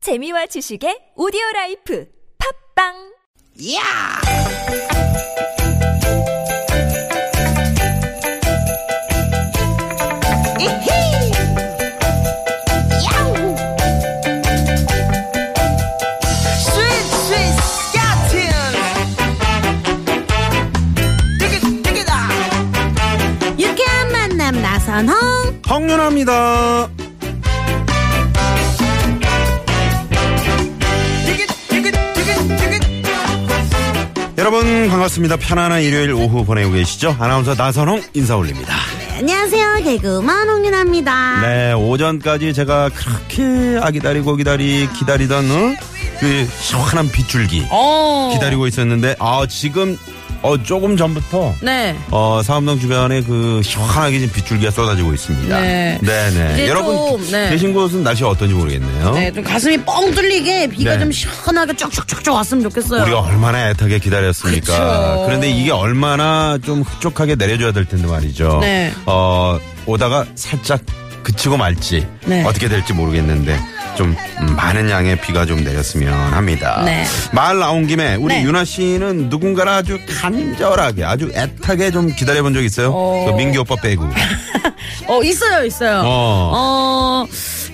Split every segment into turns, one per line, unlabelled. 재미와 지식의 오디오 라이프 팝빵
야! 이히! 야우! 스윗 스윗 야틴! 띠기 띠기다!
유쾌한 만남 나선홍
황윤아입니다.
띠기 띠기 띠기 띠기
여러분 반갑습니다. 편안한 일요일 오후 보내고 계시죠? 아나운서 나선홍 인사 올립니다.
안녕하세요 개그우먼 홍윤아입니다
네, 오전까지 제가 그렇게 아기다리고 기다리 기다리던 어? 그 시원한 빗줄기
어.
기다리고 있었는데 아 지금 어 조금 전부터
네
어 사암동 주변에 그 시원하게 지금 빗줄기가 쏟아지고 있습니다.
네.
네
이제
여러분
좀, 네.
계신 곳은 날씨가 어떤지 모르겠네요.
네, 좀 가슴이 뻥 뚫리게 비가
네.
좀 시원하게 쭉쭉쭉쭉 왔으면 좋겠어요.
우리가 얼마나 애타게 기다렸습니까?
그쵸.
그런데 이게 얼마나 좀 흡족하게 내려줘야 될 텐데 말이죠.
네.
어, 오다가 살짝 그치고 말지
네.
어떻게 될지 모르겠는데 좀 음, 많은 양의 비가 좀 내렸으면 합니다.
네.
말 나온 김에 우리
네.
윤아 씨는 누군가를 아주 간절하게 아주 애타게 좀 기다려본 적 있어요?
어.
그 민규 오빠 빼고.
어, 있어요, 있어요.
어.
어,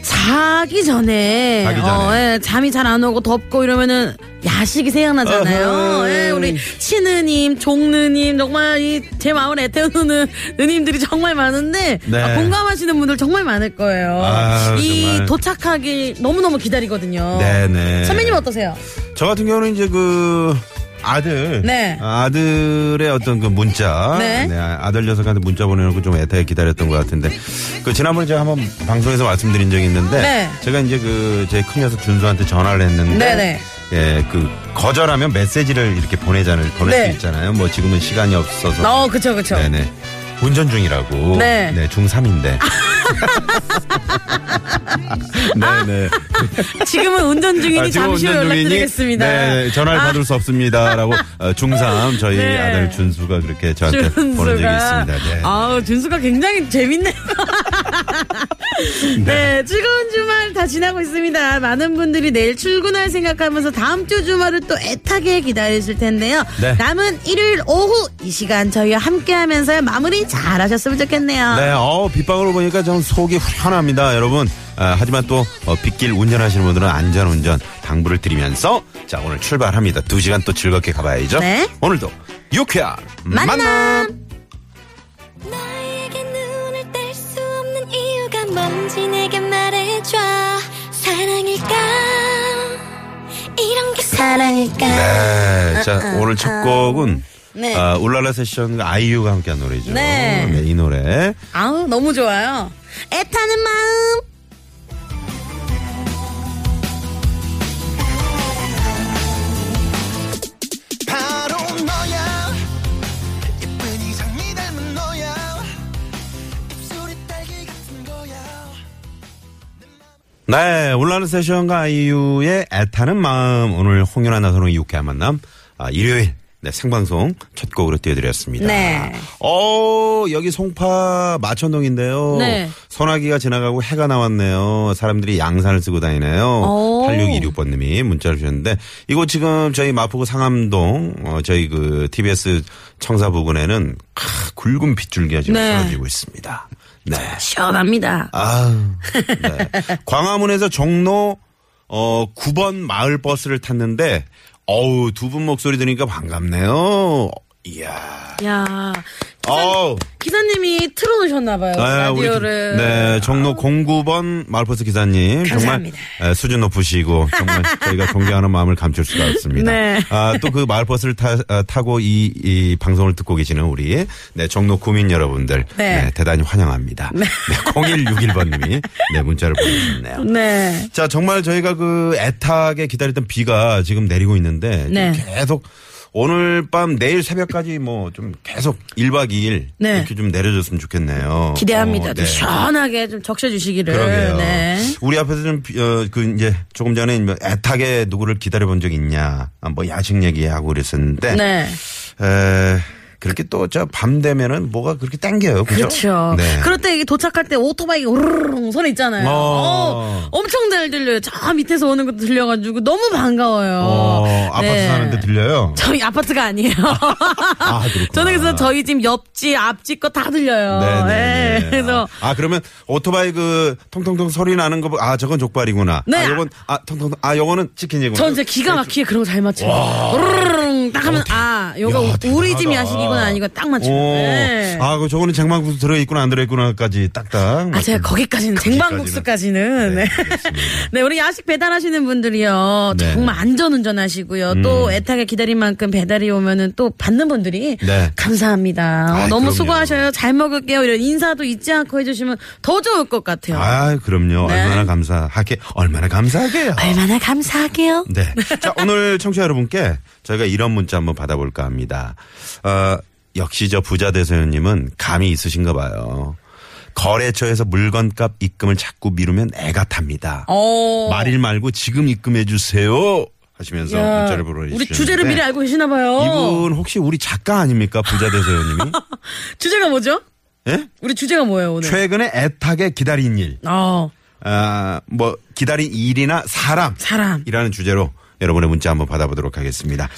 자기 전에,
자기 전에.
어, 예, 잠이 잘 안 오고 덥고 이러면은 야식이 생각나잖아요.
어허.
예, 우리 친느님, 종느님, 정말 이 제 마음을 애태우는 느님들이 정말 많은데
네.
아, 공감하시는 분들 정말 많을 거예요.
아유,
이
정말.
도착하기 너무너무 기다리거든요.
네네.
선배님 어떠세요?
저 같은 경우는 이제 그 아들
네.
아들의 어떤 그 문자
네.
아들 녀석한테 문자 보내놓고 좀 애타게 기다렸던 것 같은데 그 지난번에 제가 한번 방송에서 말씀드린 적이 있는데
네.
제가 이제 그 제 큰 녀석 준수한테 전화를 했는데
네네.
예, 그 거절하면 메시지를 이렇게 보내잖아요 보낼
네.
수 있잖아요 뭐 지금은 시간이 없어서
어, 그쵸, 그쵸.
네네. 운전 중이라고.
네.
중3인데. 네네.
지금은 운전 중이니
아, 지금
잠시 후
운전 중이니?
연락드리겠습니다. 아.
네, 전화를 받을 수 없습니다라고 어, 중3 저희
네.
아들 준수가 그렇게 저한테 보낸 적이
준수가.
있습니다. 네.
아우, 준수가 굉장히 재밌네요. 네. 즐거운 주말 다 지나고 있습니다. 많은 분들이 내일 출근할 생각하면서 다음 주 주말을 또 애타게 기다리실 텐데요.
네.
남은 일요일 오후 이 시간 저희와 함께 하면서 마무리 잘 하셨으면 좋겠네요.
네, 어 빗방울을 보니까 좀 속이 후련합니다, 여러분. 아, 하지만 또 어, 빗길 운전하시는 분들은 안전 운전 당부를 드리면서 자 오늘 출발합니다. 두 시간 또 즐겁게 가봐야죠.
네.
오늘도 유쾌한
만남.
나에게 눈을 뗄 수 없는 이유가 뭔지 내게 말해줘 사랑일까 이런 게 사랑일까
네, 자 오늘 첫 곡은
아, 네.
아, 울랄라 세션과 아이유가 함께한 노래죠.
네.
이 노래.
아우, 너무 좋아요. 애타는 마음.
바로 너야 예쁜 이상이 닮은 너야 입술이 딸기 같은 거야
네, 올라는 세션과 아이유의 애타는 마음 오늘 홍윤아 나선홍의 유쾌한 만남 아, 일요일 네, 생방송 첫 곡으로 띄워드렸습니다.
네.
어 여기 송파 마천동인데요.
네.
소나기가 지나가고 해가 나왔네요. 사람들이 양산을 쓰고 다니네요.
오.
8626번님이 문자를 주셨는데 이곳 지금 저희 마포구 상암동 어, 저희 그 TBS 청사 부근에는 크, 굵은 빗줄기가 지금
네.
쏟아지고 있습니다. 네.
시원합니다.
아, 네. 광화문에서 종로 어 9번 마을 버스를 탔는데 어우 두 분 목소리 들으니까 반갑네요. 이야.
야
어우.
기사님이 틀어놓으셨나봐요.
아, 우리
라디오를.
기- 네, 종로 09번 마을버스 기사님
감사합니다.
정말 에, 수준 높으시고 정말 저희가 존경하는 마음을 감출 수가 없습니다.
네.
아, 또 그 마을버스를 타, 아, 타고 이, 이 방송을 듣고 계시는 우리 네, 종로 구민 여러분들
네.
네, 대단히 환영합니다. 네. 0161번님이 네 문자를 보내주셨네요.
네.
자, 정말 저희가 그 애타게 기다렸던 비가 지금 내리고 있는데 좀
네.
계속 오늘 밤 내일 새벽까지 뭐 좀 계속 1박 2일
네.
이렇게 좀 내려줬으면 좋겠네요.
기대합니다.
어,
좀
네.
시원하게 좀 적셔주시기를.
그러게요.
네.
우리 앞에서 좀, 비- 어, 그, 이제, 조금 전에 뭐 애타게 누구를 기다려본 적 있냐, 아, 뭐, 야식 얘기하고 그랬었는데,
네.
에, 그렇게 또 저 밤 되면은 뭐가 그렇게 당겨요. 그죠?
그렇죠.
네.
그럴 때 이게 도착할 때 오토바이가 우르르 소리 있잖아요.
어.
어, 엄청 잘 들려요. 저 밑에서 오는 것도 들려가지고 너무 반가워요.
어, 아파트
네.
사는데 들려요.
저희 아파트가 아니에요.
아, 그렇구나.
저는 그래서 저희 집 옆집 앞집 거 다 들려요.
네네.
예, 그래서
아 그러면 오토바이 그 통통통 소리 나는 거 아 저건 족발이구나.
네.
아 요건 아 통통 아 요거는 치킨이구나.
전 진짜 기가
네,
막히게 그런 거 잘 맞춰요. 우르르 딱 하면 아, 요거
어, 야,
우리
대단하다.
집 야식이구나 아니고 딱 맞춰요.
오.
네.
아, 그 저거는 쟁반국수 들어 있구나 안 들어 있구나까지 딱딱.
아, 제가 거기까지는 쟁반국수까지는 네.
네, 알겠습니다.
네, 우리 야식 배달하시는 분들이요
네. 음.
정말 안전 운전하시고요 또 애타게 기다린 만큼 배달이 오면은 또 받는 분들이
네.
감사합니다. 어,
아이,
너무
그럼요.
수고하셔요. 잘 먹을게요. 이런 인사도 잊지 않고 해주시면 더 좋을 것 같아요.
아, 그럼요.
네.
얼마나 감사하게 얼마나 감사하게요.
얼마나 감사하게요.
네. 자, 오늘 청취자 여러분께 저희가 이런 문자 한번 받아볼까 합니다. 어, 역시 저 부자 대소연님은 감이 있으신가 봐요. 거래처에서 물건값 입금을 자꾸 미루면 애가 탑니다.
어.
말일 말고 지금 입금해 주세요. 하시면서
야,
문자를 보내주셨는데 네.
우리 주제를 미리 알고 계시나 봐요.
이분 혹시 우리 작가 아닙니까? 부자 대소연님이?
주제가 뭐죠?
예?
우리 주제가 뭐예요 오늘?
최근에 애타게 기다린 일,
어,
아, 뭐 기다린 일이나 사람,
사람.
이라는 주제로 여러분의 문자 한번 받아보도록 하겠습니다.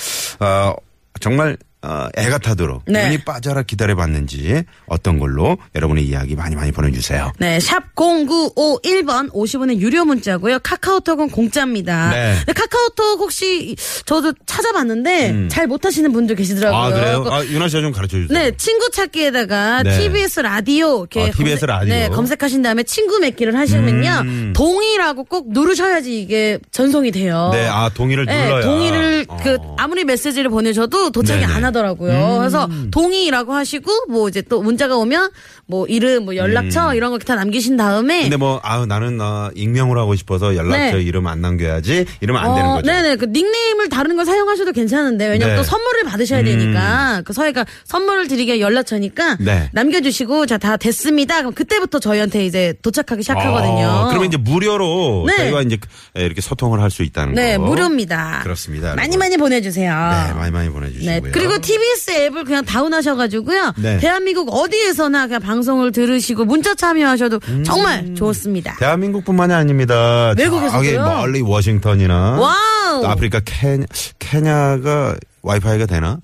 어, 정말 어, 애 같아도록
네.
눈이 빠져라 기다려봤는지 어떤 걸로 여러분의 이야기 많이 많이 보내주세요.
네, 샵 0951번 50원의 유료 문자고요. 카카오톡은 공짜입니다.
네.
근데 카카오톡 혹시 저도 찾아봤는데 잘 못하시는 분들 계시더라고요. 그래서
아, 유나 씨가 좀 가르쳐 주세요.
네, 친구 찾기에다가
네.
TBS 라디오 이렇게
아, TBS 라디오. 음.
네, 검색하신 다음에 친구 맺기를 하시면요. 동의라고 꼭 누르셔야지 이게 전송이 돼요.
네, 아, 동의를
네,
눌러야.
동의를
어.
그 아무리 메시지를 보내셔도 도착이
네네. 음.
안 하더라고요. 그래서 동의라고 하시고 뭐 이제 또 문자가 오면 뭐 이름, 뭐 연락처
음.
이런 거 다 남기신 다음에
근데 뭐, 아우, 나는, 어, 익명으로 하고 싶어서 연락처
네.
이름 안 남겨야지. 이러면 안 되는
어,
거죠.
네네. 그 닉네임을 다른 걸 사용하셔도 괜찮은데
네.
왜냐면
음.
또 선물을 받으셔야 되니까 그 저희가 선물을 드리기에 연락처니까
네.
남겨주시고 자 다 됐습니다. 그럼 그때부터 저희한테 이제 도착하기 시작하거든요.
어, 그러면 이제 무료로
네.
저희와 이제 이렇게 소통을 할 수 있다는
네
거.
무료입니다.
뭐? 그렇습니다.
많이
여러분.
많이 보내주세요.
네, 많이 많이 보내주시고요.
네, 그리고 TBS 앱을 그냥 다운하셔가지고요.
네.
대한민국 어디에서나 그냥 방송을 들으시고 문자 참여하셔도
음.
정말 좋습니다.
네. 대한민국뿐만이 아닙니다.
외국에서도요?
저기 멀리 워싱턴이나
와우.
또 아프리카 케냐, 케냐가 와이파이가 되나?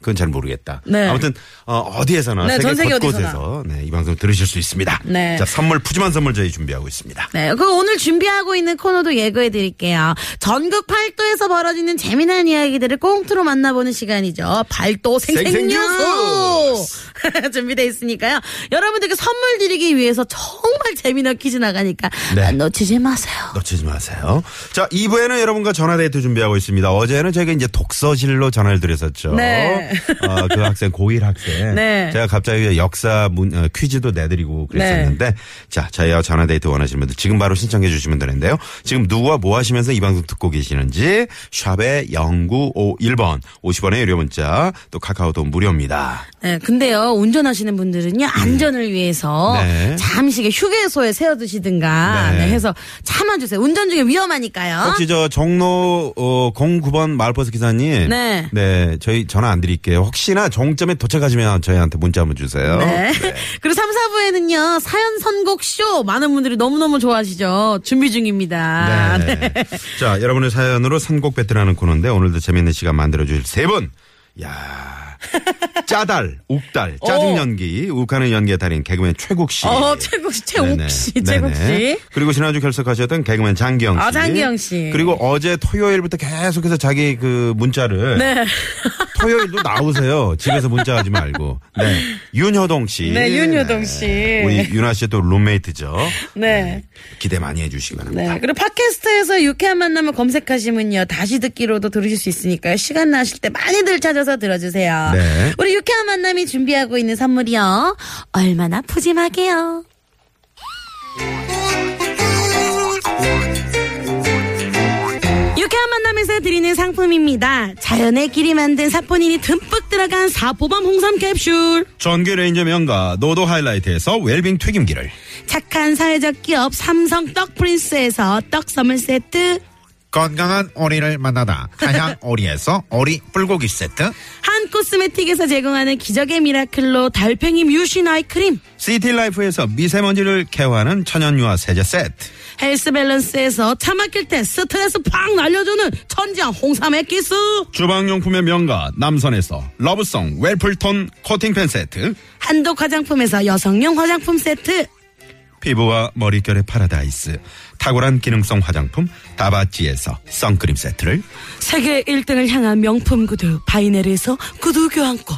그건 잘 모르겠다.
네.
아무튼 어, 디에서나
네,
세계
전 세계
곳곳에서 네, 이 방송 들으실 수 있습니다.
네.
자 선물 푸짐한 선물 저희 준비하고 있습니다.
네, 그 오늘 준비하고 있는 코너도 예고해 드릴게요. 전국 팔도에서 벌어지는 재미난 이야기들을 꽁트로 만나보는 시간이죠. 발도 생생뉴스 준비돼 있으니까요. 여러분들께 선물 드리기 위해서 정말 재미난 퀴즈 나가니까
네.
놓치지 마세요.
놓치지 마세요. 자, 2부에는 여러분과 전화데이트 준비하고 있습니다. 어제는 저희가 이제 독서실로 전화를 드렸었죠.
네.
어, 그 학생, 고1 학생.
네.
제가 갑자기 역사 문, 어, 퀴즈도 내드리고 그랬었는데. 자, 저희와 전화데이트 원하시는 분들 지금 바로 신청해 주시면 되는데요. 지금 누구와 뭐 하시면서 이 방송 듣고 계시는지 샵에 0951번 50원의 유료 문자 또 카카오톡 무료입니다.
네, 근데요 운전하시는 분들은요 안전을 위해서
네.
잠시 휴게소에
네.
세워두시든가 네, 그렇죠. 해서 참아 주세요. 운전 중에 위험하니까요.
혹시 저 종로 어, 09번 마을버스 기사님.
네.
저희 전화 안 드릴게요. 혹시나 종점에 도착하시면 저희한테 문자 한번 주세요.
네. 그리고 3, 4부에는요, 사연 선곡쇼 많은 분들이 너무너무 좋아하시죠. 준비 중입니다.
네. 자, 여러분의 사연으로 선곡 배틀하는 코너인데 오늘도 재밌는 시간 만들어 주실 세 분. 야. 짜달, 욱달, 짜증
오.
연기, 욱하는 연기의 달인 개그맨 최국 씨.
어, 최국 씨,
네네.
최욱 씨, 최국
네네.
씨.
그리고 지난주 결석하셨던 개그맨 장기영 씨.
아, 장기영 씨.
그리고 어제 토요일부터 계속해서 자기 그 문자를.
네.
토요일도 나오세요. 집에서 문자하지 말고. 네. 윤효동 씨.
네, 윤효동 씨.
우리 윤아 씨의 또 룸메이트죠.
네.
기대 많이 해주시기 바랍니다.
네. 그리고 팟캐스트에서 유쾌한 만남을 검색하시면요. 다시 듣기로도 들으실 수 있으니까요. 시간 나실 때 많이들 찾아서 들어주세요.
네.
우리 유쾌한 만남이 준비하고 있는 선물이요. 얼마나 푸짐하게요. 유쾌한 만남에서 드리는 상품입니다. 자연의 길이 만든 사포닌이 듬뿍 들어간 사포밤 홍삼 캡슐.
전기 레인저 명가 노도 하이라이트에서 웰빙 튀김기를
착한 사회적 기업 삼성 떡 프린스에서 떡 선물 세트.
건강한 오리를 만나다 한양 오리에서 오리 불고기 세트
한 원 코스메틱에서 제공하는 기적의 미라클로 달팽이 뮤신 아이크림.
시티라이프에서 미세먼지를 케어하는 천연유화 세제 세트.
헬스 밸런스에서 차 막힐 때 스트레스 팍 날려주는 천장 홍삼 액기스.
주방용품의 명가 남선에서 러브송 웰플톤 코팅팬 세트.
한독 화장품에서 여성용 화장품 세트.
피부와 머릿결의 파라다이스. 탁월한 기능성 화장품 다바찌에서 선크림 세트를.
세계 1등을 향한 명품 구두 바이네르에서 구두 교환권.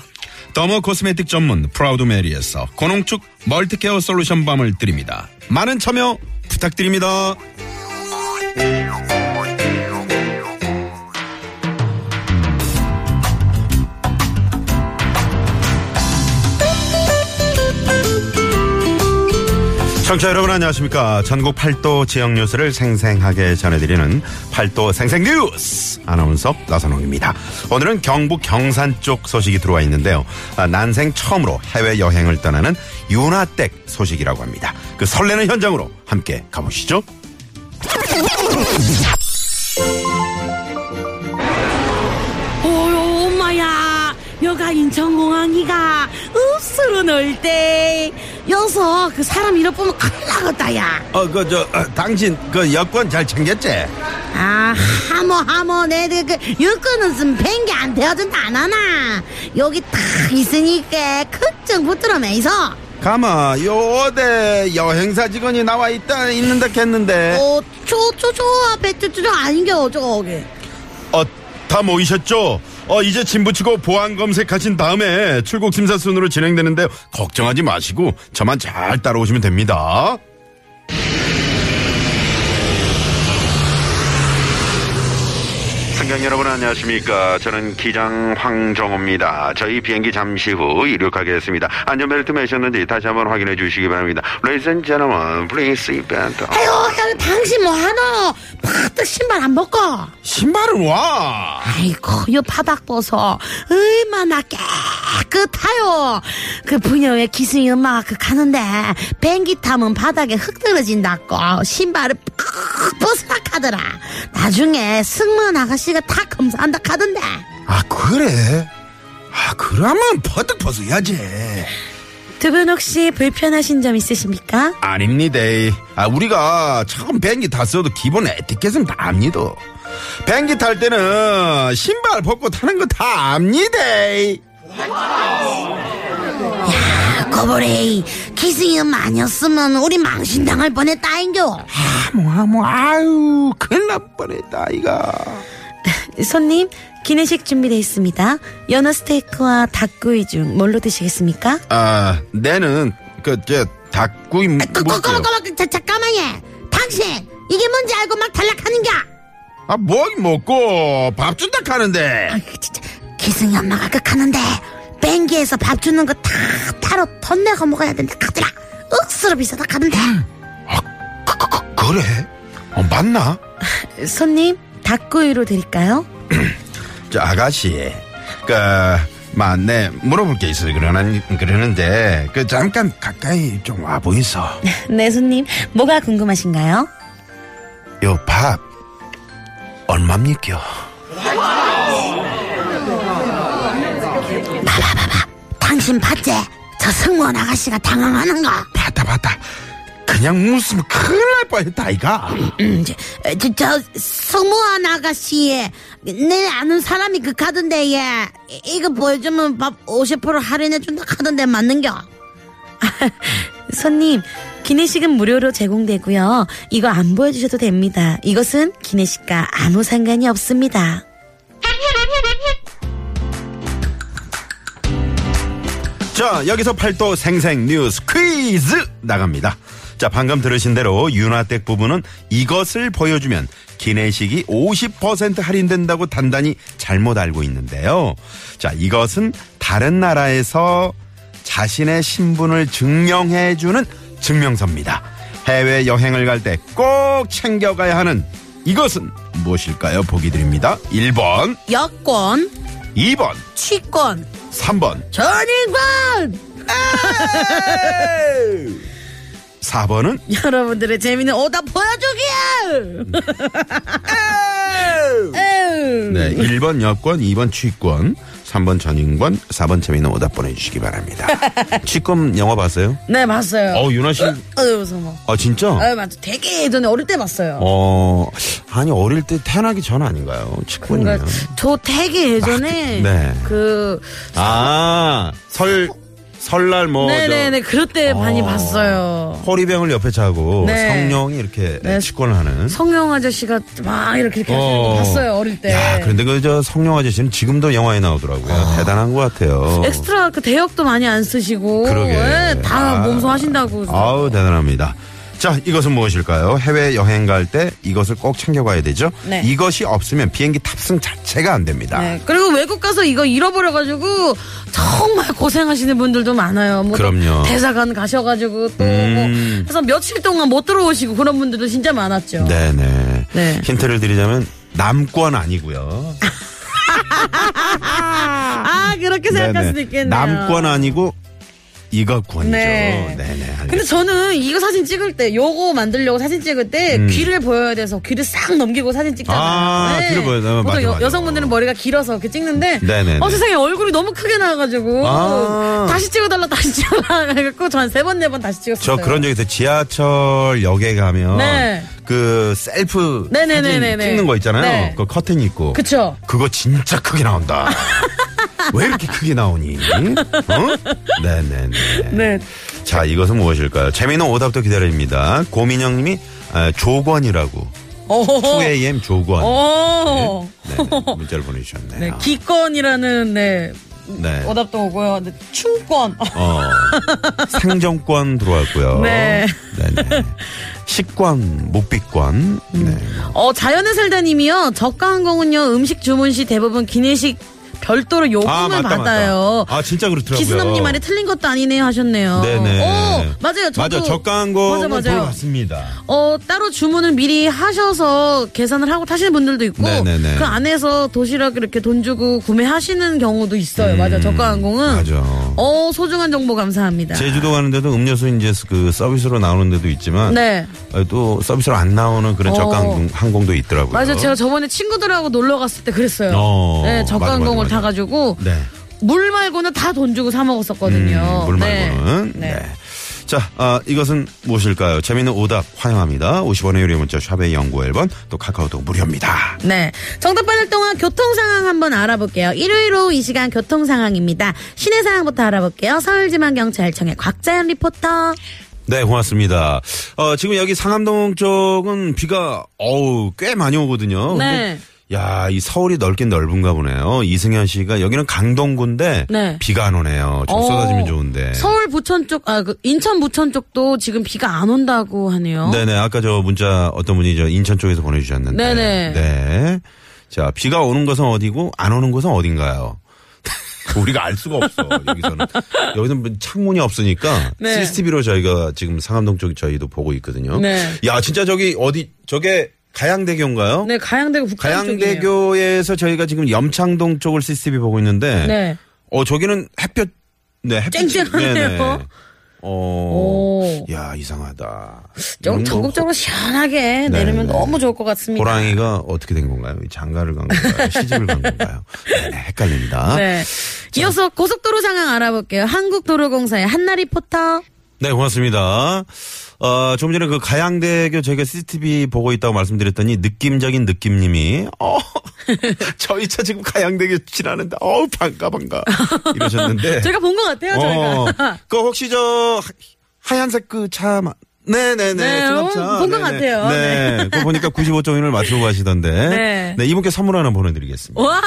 더머 코스메틱 전문 프라우드 메리에서 고농축 멀티케어 솔루션 밤을 드립니다. 많은 참여 부탁드립니다. 청취자 여러분 안녕하십니까. 전국 팔도 지역 뉴스를 생생하게 전해드리는 팔도 생생 뉴스 아나운서 나선홍입니다. 오늘은 경북 경산 쪽 소식이 들어와 있는데요. 아, 난생 처음으로 해외 여행을 떠나는 윤아댁 소식이라고 합니다. 그 설레는 현장으로 함께 가보시죠.
오요 엄마야 여가 인천공항이가 읍수로 놀때 여서 그 사람 잃어보면 큰일 나겠다
어 그 저 당신 그 여권 잘 챙겼지?
야아 하모 하모 내들 그 여권은 좀 뱅기 안 되어준다 안 하나 여기 딱 있으니까 걱정 붙들어매서
가마 요대 여행사 직원이 나와 있다 있는다 했는데
어초초초 앞에 쭈쭈쭈 아닌겨 저기
어다 모이셨죠? 어 이제 짐 붙이고 보안 검색하신 다음에 출국 심사 순으로 진행되는데 걱정하지 마시고 저만 잘 따라오시면 됩니다. 승객 여러분 안녕하십니까 저는 기장 황정호입니다 저희 비행기 잠시 후 이륙하겠습니다 안전벨트 매셨는지 다시 한번 확인해 주시기 바랍니다 Ladies and gentlemen please seat belt on.
아유 야, 당신 뭐하노 팍 신발 안 벗고
신발은 와
아이고, 요 바닥 보소. 얼마나 깨끗해요. 그 부녀의 기승이 엄마가 그 가는데, 뱅기 타면 바닥에 흙 떨어진다고, 신발을 푹 벗으라 카더라. 나중에 승무원 아가씨가 다 검사한다 카던데.
아 그래? 아 그러면 버뜩 벗어야지
두 분 혹시 불편하신 점 있으십니까?
아닙니다 아 우리가 처음 비행기 탔어도 기본 에티켓은 다 압니다 비행기 탈 때는 신발 벗고 타는 거 다 압니다
거보레이, 기승이 엄마 아니었으면 우리 망신당할 뻔했다잉겨.
뭐야 뭐 아유 큰일 날 뻔했다 이가
손님, 기내식 준비되어 있습니다. 연어 스테이크와 닭구이 중 뭘로 드시겠습니까?
아 내는 그저 닭구이
아, 그, 그,
먹을게요
그, 그, 그, 잠깐만, 예. 당신, 이게 뭔지 알고 막 탈락하는겨?
아뭐 먹고 밥 준다 하는데
아이고, 진짜. 기승이 엄마가 극하는데, 뱅기에서 밥 주는 거 다, 따로 돈 내고 먹어야 된다, 가더라. 억수로 비싸다, 가던데.
아 그, 그, 그, 그래? 어, 맞나?
손님, 닭구이로 드릴까요?
저 아가씨, 그, 마, 네, 물어볼 게 있어요. 그러는, 그러는데, 그, 잠깐 가까이 좀 와 보이소.
네, 손님. 뭐가 궁금하신가요?
요 밥, 얼마입니까?
당신 봤제? 저 승무원 아가씨가 당황하는 거.
봤다, 봤다. 그냥 무슨 큰일 날 뻔했다, 아이가.
음, 저, 저, 저 성모한 아가씨 예. 내 아는 사람이 그 카던데 예. 이- 이거 보여주면 밥 50% 할인해준다 카던데 맞는겨 손님 기내식은 무료로 제공되고요 이거 안 보여주셔도 됩니다 이것은 기내식과 아무 상관이 없습니다
자, 여기서 팔도 생생 뉴스 퀴즈 나갑니다. 자, 방금 들으신 대로 윤화댁 부부는 이것을 보여주면 기내식이 50% 할인된다고 단단히 잘못 알고 있는데요. 자, 이것은 다른 나라에서 자신의 신분을 증명해주는 증명서입니다. 해외 여행을 갈 때 꼭 챙겨가야 하는 이것은 무엇일까요? 보기 드립니다. 1번,
여권
2번,
취권
3번,
전인권
4번은
여러분들의 재미는 오다 보여주기야 에휴. 네.
네, 1번 여권, 2번 취권, 3번 전인권, 4번 재미있는 오답 보내주시기 바랍니다. 취검 영화 봤어요?
네, 봤어요.
어, 유나 씨.
아유, 무서워.
아, 진짜?
아유, 맞아. 되게 예전에 어릴 때 봤어요.
어, 아니, 어릴 때 태어나기 전 아닌가요? 취권이면.
그러니까 저 되게 예전에
네.
그
아, 설, 설날 뭐. 저
네네네 그럴 때 많이 봤어요.
호리병을 옆에 차고
네.
성령이 이렇게
네.
치권을 하는.
성형 아저씨가 막 이렇게 이렇게 하시는 거 봤어요 어릴 때.
야, 그런데 그 저 성령 아저씨는 지금도 영화에 나오더라고요. 대단한 것 같아요.
아. 엑스트라 그 대역도 많이 안 쓰시고
어. 그러게.
예, 다
아.
몸소 하신다고.
아우 네. 대단합니다. 자, 이것은 무엇일까요? 해외 여행 갈 때 이것을 꼭 챙겨가야 되죠.
네.
이것이 없으면 비행기 탑승 자체가 안 됩니다.
네. 그리고 외국 가서 이거 잃어버려가지고 정말 고생하시는 분들도 많아요. 뭐
그럼요. 음.
대사관 가셔가지고 또 뭐, 그래서 며칠 동안 못 들어오시고 그런 분들도 진짜 많았죠.
네네.
네.
힌트를 드리자면 남권 아니고요.
아 그렇게 생각할
네네.
수도 있겠네요.
남권 아니고 이거 권이죠.
네.
네네.
근데 저는 이거 사진 찍을 때 요거 만들려고 사진 찍을 때 귀를 보여야 돼서 귀를 싹 넘기고 사진 찍잖아요.
음.
네.
아, 귀를 보여야 돼요.
보통
맞아,
여,
맞아.
여성분들은 머리가 길어서 이렇게 찍는데
네네네.
어 세상에 얼굴이 너무 크게 나와가지고
아.
다시 찍어달라 다시 찍어달라 해갖고 저 한 세 번 네 번 다시 찍었어요.
저 그런 적 있어요. 지하철 역에 가면
네.
그 셀프
네네네네네.
사진 찍는 거 있잖아요.
네.
그 커튼 있고.
그쵸?
그거 진짜 크게 나온다. 왜 이렇게 크게 나오니? 어? 네네네.
네.
자, 이것은 무엇일까요? 재미있는 오답도 기다립니다. 고민영님이 아, 조건이라고.
어허허.
2AM 조건.
어.
네, 문자를 보내주셨네요.
네. 기권이라는 네.
아. 네.
오답도 오고요. 근데 춤권.
어, 생정권 들어왔고요.
네.
네네. 식권, 목비권. 네.
어, 자연의 살다님이요. 저가항공은요, 음식 주문 시 대부분 기내식 별도로 요금을
아, 맞다,
받아요.
맞다. 아, 진짜 그렇더라고요.
기순 언니 말이 틀린 것도 아니네요 하셨네요.
네네.
어, 맞아요. 저도
맞아, 저가한 거는
맞아, 맞아요.
돌아왔습니다.
어, 따로 주문을 미리 하셔서 계산을 하고 타시는 분들도 있고
네네네.
그 안에서 도시락 이렇게 돈 주고 구매하시는 경우도 있어요. 맞아. 저가항공은
음, 맞아.
어, 소중한 정보 감사합니다.
제주도 가는데도 음료수 이제 그 서비스로 나오는 데도 있지만
네.
어, 또 서비스로 안 나오는 그런
어.
저가항공 항공도 있더라고요.
맞아요. 제가 저번에 친구들하고 놀러 갔을 때 그랬어요.
어,
네,
맞아,
저가항공을
맞아, 맞아.
타가지고
네.
물 말고는 다 돈 주고 사 먹었었거든요.
음, 물 말고는. 네. 자, 아, 이것은 무엇일까요? 재미있는 오답 환영합니다. 50원의 유료 문자 샵의 연구 앨범 또 카카오톡 무료입니다.
네. 정답 받을 동안 교통 상황 한번 알아볼게요. 일요일 오후 이 시간 교통 상황입니다. 시내 상황부터 알아볼게요. 서울지방경찰청의 곽자연 리포터.
네, 고맙습니다. 어, 지금 여기 상암동 쪽은 비가 어우 꽤 많이 오거든요.
네.
근데 야, 이 서울이 넓긴 넓은가 보네요. 이승현 씨가 여기는 강동구인데
네.
비가 안 오네요. 좀
어,
쏟아지면 좋은데.
서울 부천 쪽, 아, 그 인천 부천 쪽도 지금 비가 안 온다고 하네요.
네네. 아까 저 문자 어떤 분이 저 인천 쪽에서 보내주셨는데.
네네.
네. 자, 비가 오는 곳은 어디고 안 오는 곳은 어딘가요? 우리가 알 수가 없어 여기서는 여기는 뭐 창문이 없으니까
네.
CCTV로 저희가 지금 상암동 쪽 저희도 보고 있거든요.
네.
야 진짜 저기 어디 저게 가양대교인가요?
네, 가양대교 북천 쪽이에요.
가양대교에서 저희가 지금 염창동 쪽을 CCTV 보고 있는데
네.
어 저기는 햇볕 네 햇볕
쨍쨍하네요.
어.
오.
야 이상하다.
좀
이런 거
전국적으로 시원하게
네,
내리면
네.
너무 좋을 것 같습니다.
호랑이가 어떻게 된 건가요? 장가를 간 건가요? 시집을 간 건가요? 네네, 헷갈립니다. 네.
네. 이어서 고속도로 상황 알아볼게요. 한국도로공사의 한나 리포터.
네, 고맙습니다. 어, 조금 전에 그 가양대교 저희가 CCTV 보고 있다고 말씀드렸더니 느낌적인 느낌님이, 어, 저희 차 지금 가양대교 지나는데, 어우, 반가, 반가. 이러셨는데.
제가 본 것 같아요, 저희가.
그 혹시 저 하- 하얀색 그 차, 마- 네네네.
네, 어, 본것 같아요.
네. 그거 보니까 95.1을 맞추고 가시던데.
네.
네, 이분께 선물 하나 보내드리겠습니다.
와!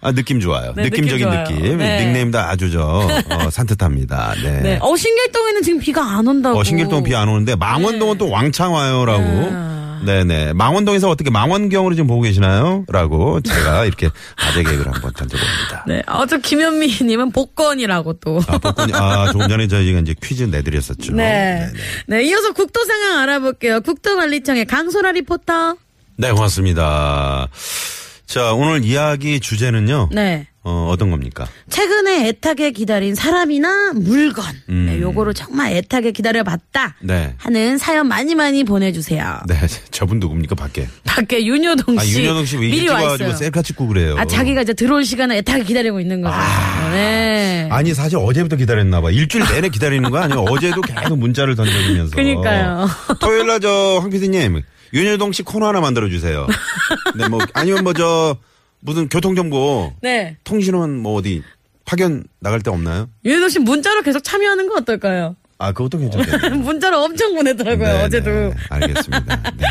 아, 느낌 좋아요.
네,
느낌적인
느낌 좋아요.
느낌.
네.
닉네임 다 아주 저, 어, 산뜻합니다. 네.
네. 어, 신길동에는 지금 비가 안 온다고.
어, 신길동 비 안 오는데 망원동은 또 왕창 와요라고.
아.
네네. 망원동에서 어떻게 망원경으로 지금 보고 계시나요? 라고 제가 이렇게 아재 개그를 한번 던져봅니다.
네. 어, 저 김현미님은 복권이라고 또.
아, 복권이, 아, 조금 전에 저희가 이제 퀴즈 내드렸었죠.
네.
네네.
네, 이어서 국도 상황 알아볼게요. 국도관리청의 강소라 리포터.
네, 고맙습니다. 자, 오늘 이야기 주제는요.
네.
어, 어떤 겁니까?
최근에 애타게 기다린 사람이나 물건
음.
네, 요거를 정말 애타게 기다려봤다
네.
하는 사연 많이 많이 보내주세요.
네, 저분 누굽니까, 밖에?
밖에 윤효동
네. 아,
씨
윤여동 씨 왜
미리
일찍
와
와가지고
있어요.
셀카 찍고 그래요?
아 자기가 이제 들어올 시간을 애타게 기다리고 있는 거죠. 네.
아. 아니 사실 어제부터 기다렸나 봐. 일주일 내내 기다리는 거 아니에요? 어제도 계속 문자를 던져주면서.
그러니까요.
토요일 날 저황 PD님 윤여동 씨 코너 하나 만들어 주세요. 네, 뭐 아니면 뭐 저 무슨 교통정보,
네.
통신원 뭐 어디 파견 나갈 데 없나요?
윤효동 씨 문자로 계속 참여하는 거 어떨까요?
아 그것도 괜찮겠네요.
문자로 엄청 보내더라고요
네,
어제도.
네, 알겠습니다. 네.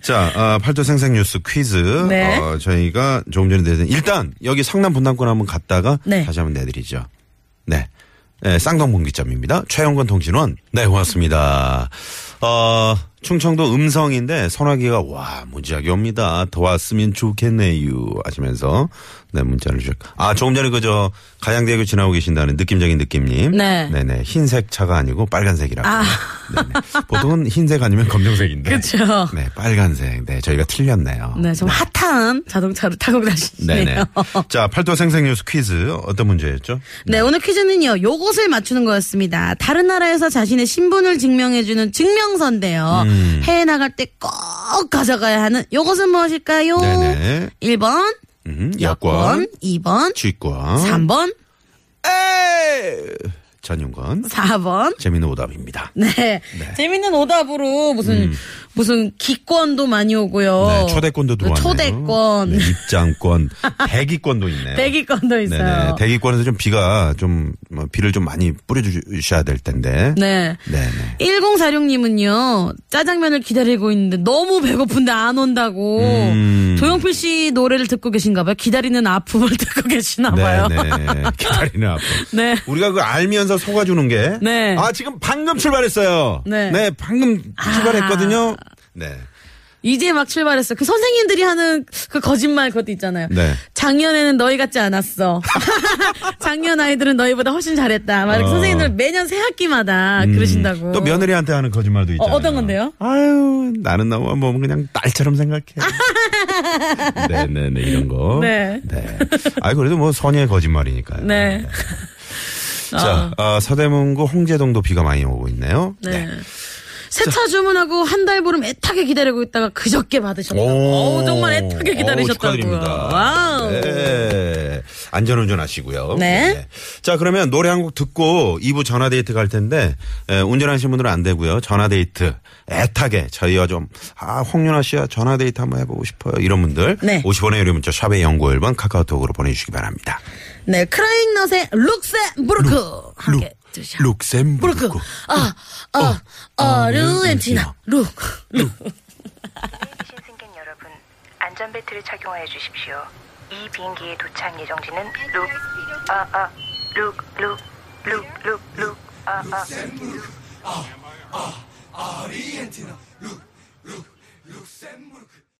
자, 어, 팔도 생생 뉴스 퀴즈.
네.
어, 저희가 조금 전에 내드린 일단 여기 상남 분당권 한번 갔다가
네.
다시 한번 내드리죠. 네. 네, 쌍둥분기점입니다. 최영건 통신원. 네, 고맙습니다. 어, 충청도 음성인데 선화기가 와, 무지하게 옵니다. 더 왔으면 좋겠네요. 하시면서 네, 문자를 주셨고. 아, 조금 전에 그저 가양대교 지나고 계신다는 느낌적인 느낌님.
네.
네네. 흰색 차가 아니고 빨간색이라고.
아.
네네. 보통은 흰색 아니면 검정색인데.
그렇죠.
네, 빨간색. 네, 저희가 틀렸네요.
네, 좀 핫한 자동차를 타고 다니시네요.
네네. 자, 팔도 생생 뉴스 퀴즈 어떤 문제였죠?
네, 오늘 퀴즈는요, 요것을 맞추는 거였습니다. 다른 나라에서 자신의 신분을 증명해주는 증명서인데요.
음.
해외 나갈 때 꼭 가져가야 하는 요것은 무엇일까요?
네네.
1번,
음,
여권,
여권, 어?
2번,
쥐권,
3번,
에이! 전용권.
4번.
재미있는 오답입니다.
네. 재밌는 오답으로 무슨, 무슨 기권도 많이 오고요.
음. 네, 초대권도 들어왔네요.
초대권.
네, 입장권, 대기권도 있네요.
대기권도 있어요.
네네. 대기권에서 좀 비가 좀 뭐, 비를 좀 많이 뿌려주셔야 될 텐데.
네.
네네.
1046님은요, 짜장면을 기다리고 있는데 너무 배고픈데 안 온다고.
음.
조용필 씨 노래를 듣고 계신가봐요. 기다리는 아픔을 듣고 계시나봐요.
네네. 기다리는 앞으
네.
우리가 그 알면서 속아주는 게.
네.
아, 지금 방금 출발했어요.
네.
방금 출발했거든요. 네.
이제 막 출발했어. 그 선생님들이 하는 그 거짓말 그것도 있잖아요.
네.
작년에는 너희 같지 않았어. 작년 아이들은 너희보다 훨씬 잘했다. 막 이렇게
어. 음.
선생님들 매년 새 학기마다 그러신다고.
또 며느리한테 하는 거짓말도 있잖아요.
어떤 건데요?
아유, 나는 너무 뭐 그냥 딸처럼 생각해. 네네네, 이런 거.
네.
네. 아, 그래도 뭐 선의의 거짓말이니까요.
네. 어.
자, 아, 서대문구 홍제동도 비가 많이 오고 있네요.
네. 세차 주문하고 한 달 보름 애타게 기다리고 있다가 그저께 받으셨다고. 어우, 정말 애타게 기다리셨다고요. 와우.
네. 안전운전 하시고요.
네.
자, 그러면 노래 한 곡 듣고 2부 전화데이트 갈 텐데, 에, 운전하시는 분들은 안 되고요. 전화데이트 애타게 저희와 좀, 아, 홍윤아 씨와 전화데이트 한번 해보고 싶어요. 이런 분들.
네.
50원의 유료 문자 샵의 연구 1번 카카오톡으로 보내주시기 바랍니다.
네, 크라잉넛의 룩셈부르크.
룩,
함께 드셔.
룩셈부르크.
부르크. 아, 아, 아, 르엔티나. 룩.
신승객 여러분, 안전벨트를 착용하여 주십시오. 이 비행기의 도착 예정지는 룩, 아, 아, 룩, 룩, 룩, 룩, 룩, 아, 아.
아, 오리엔티나 룩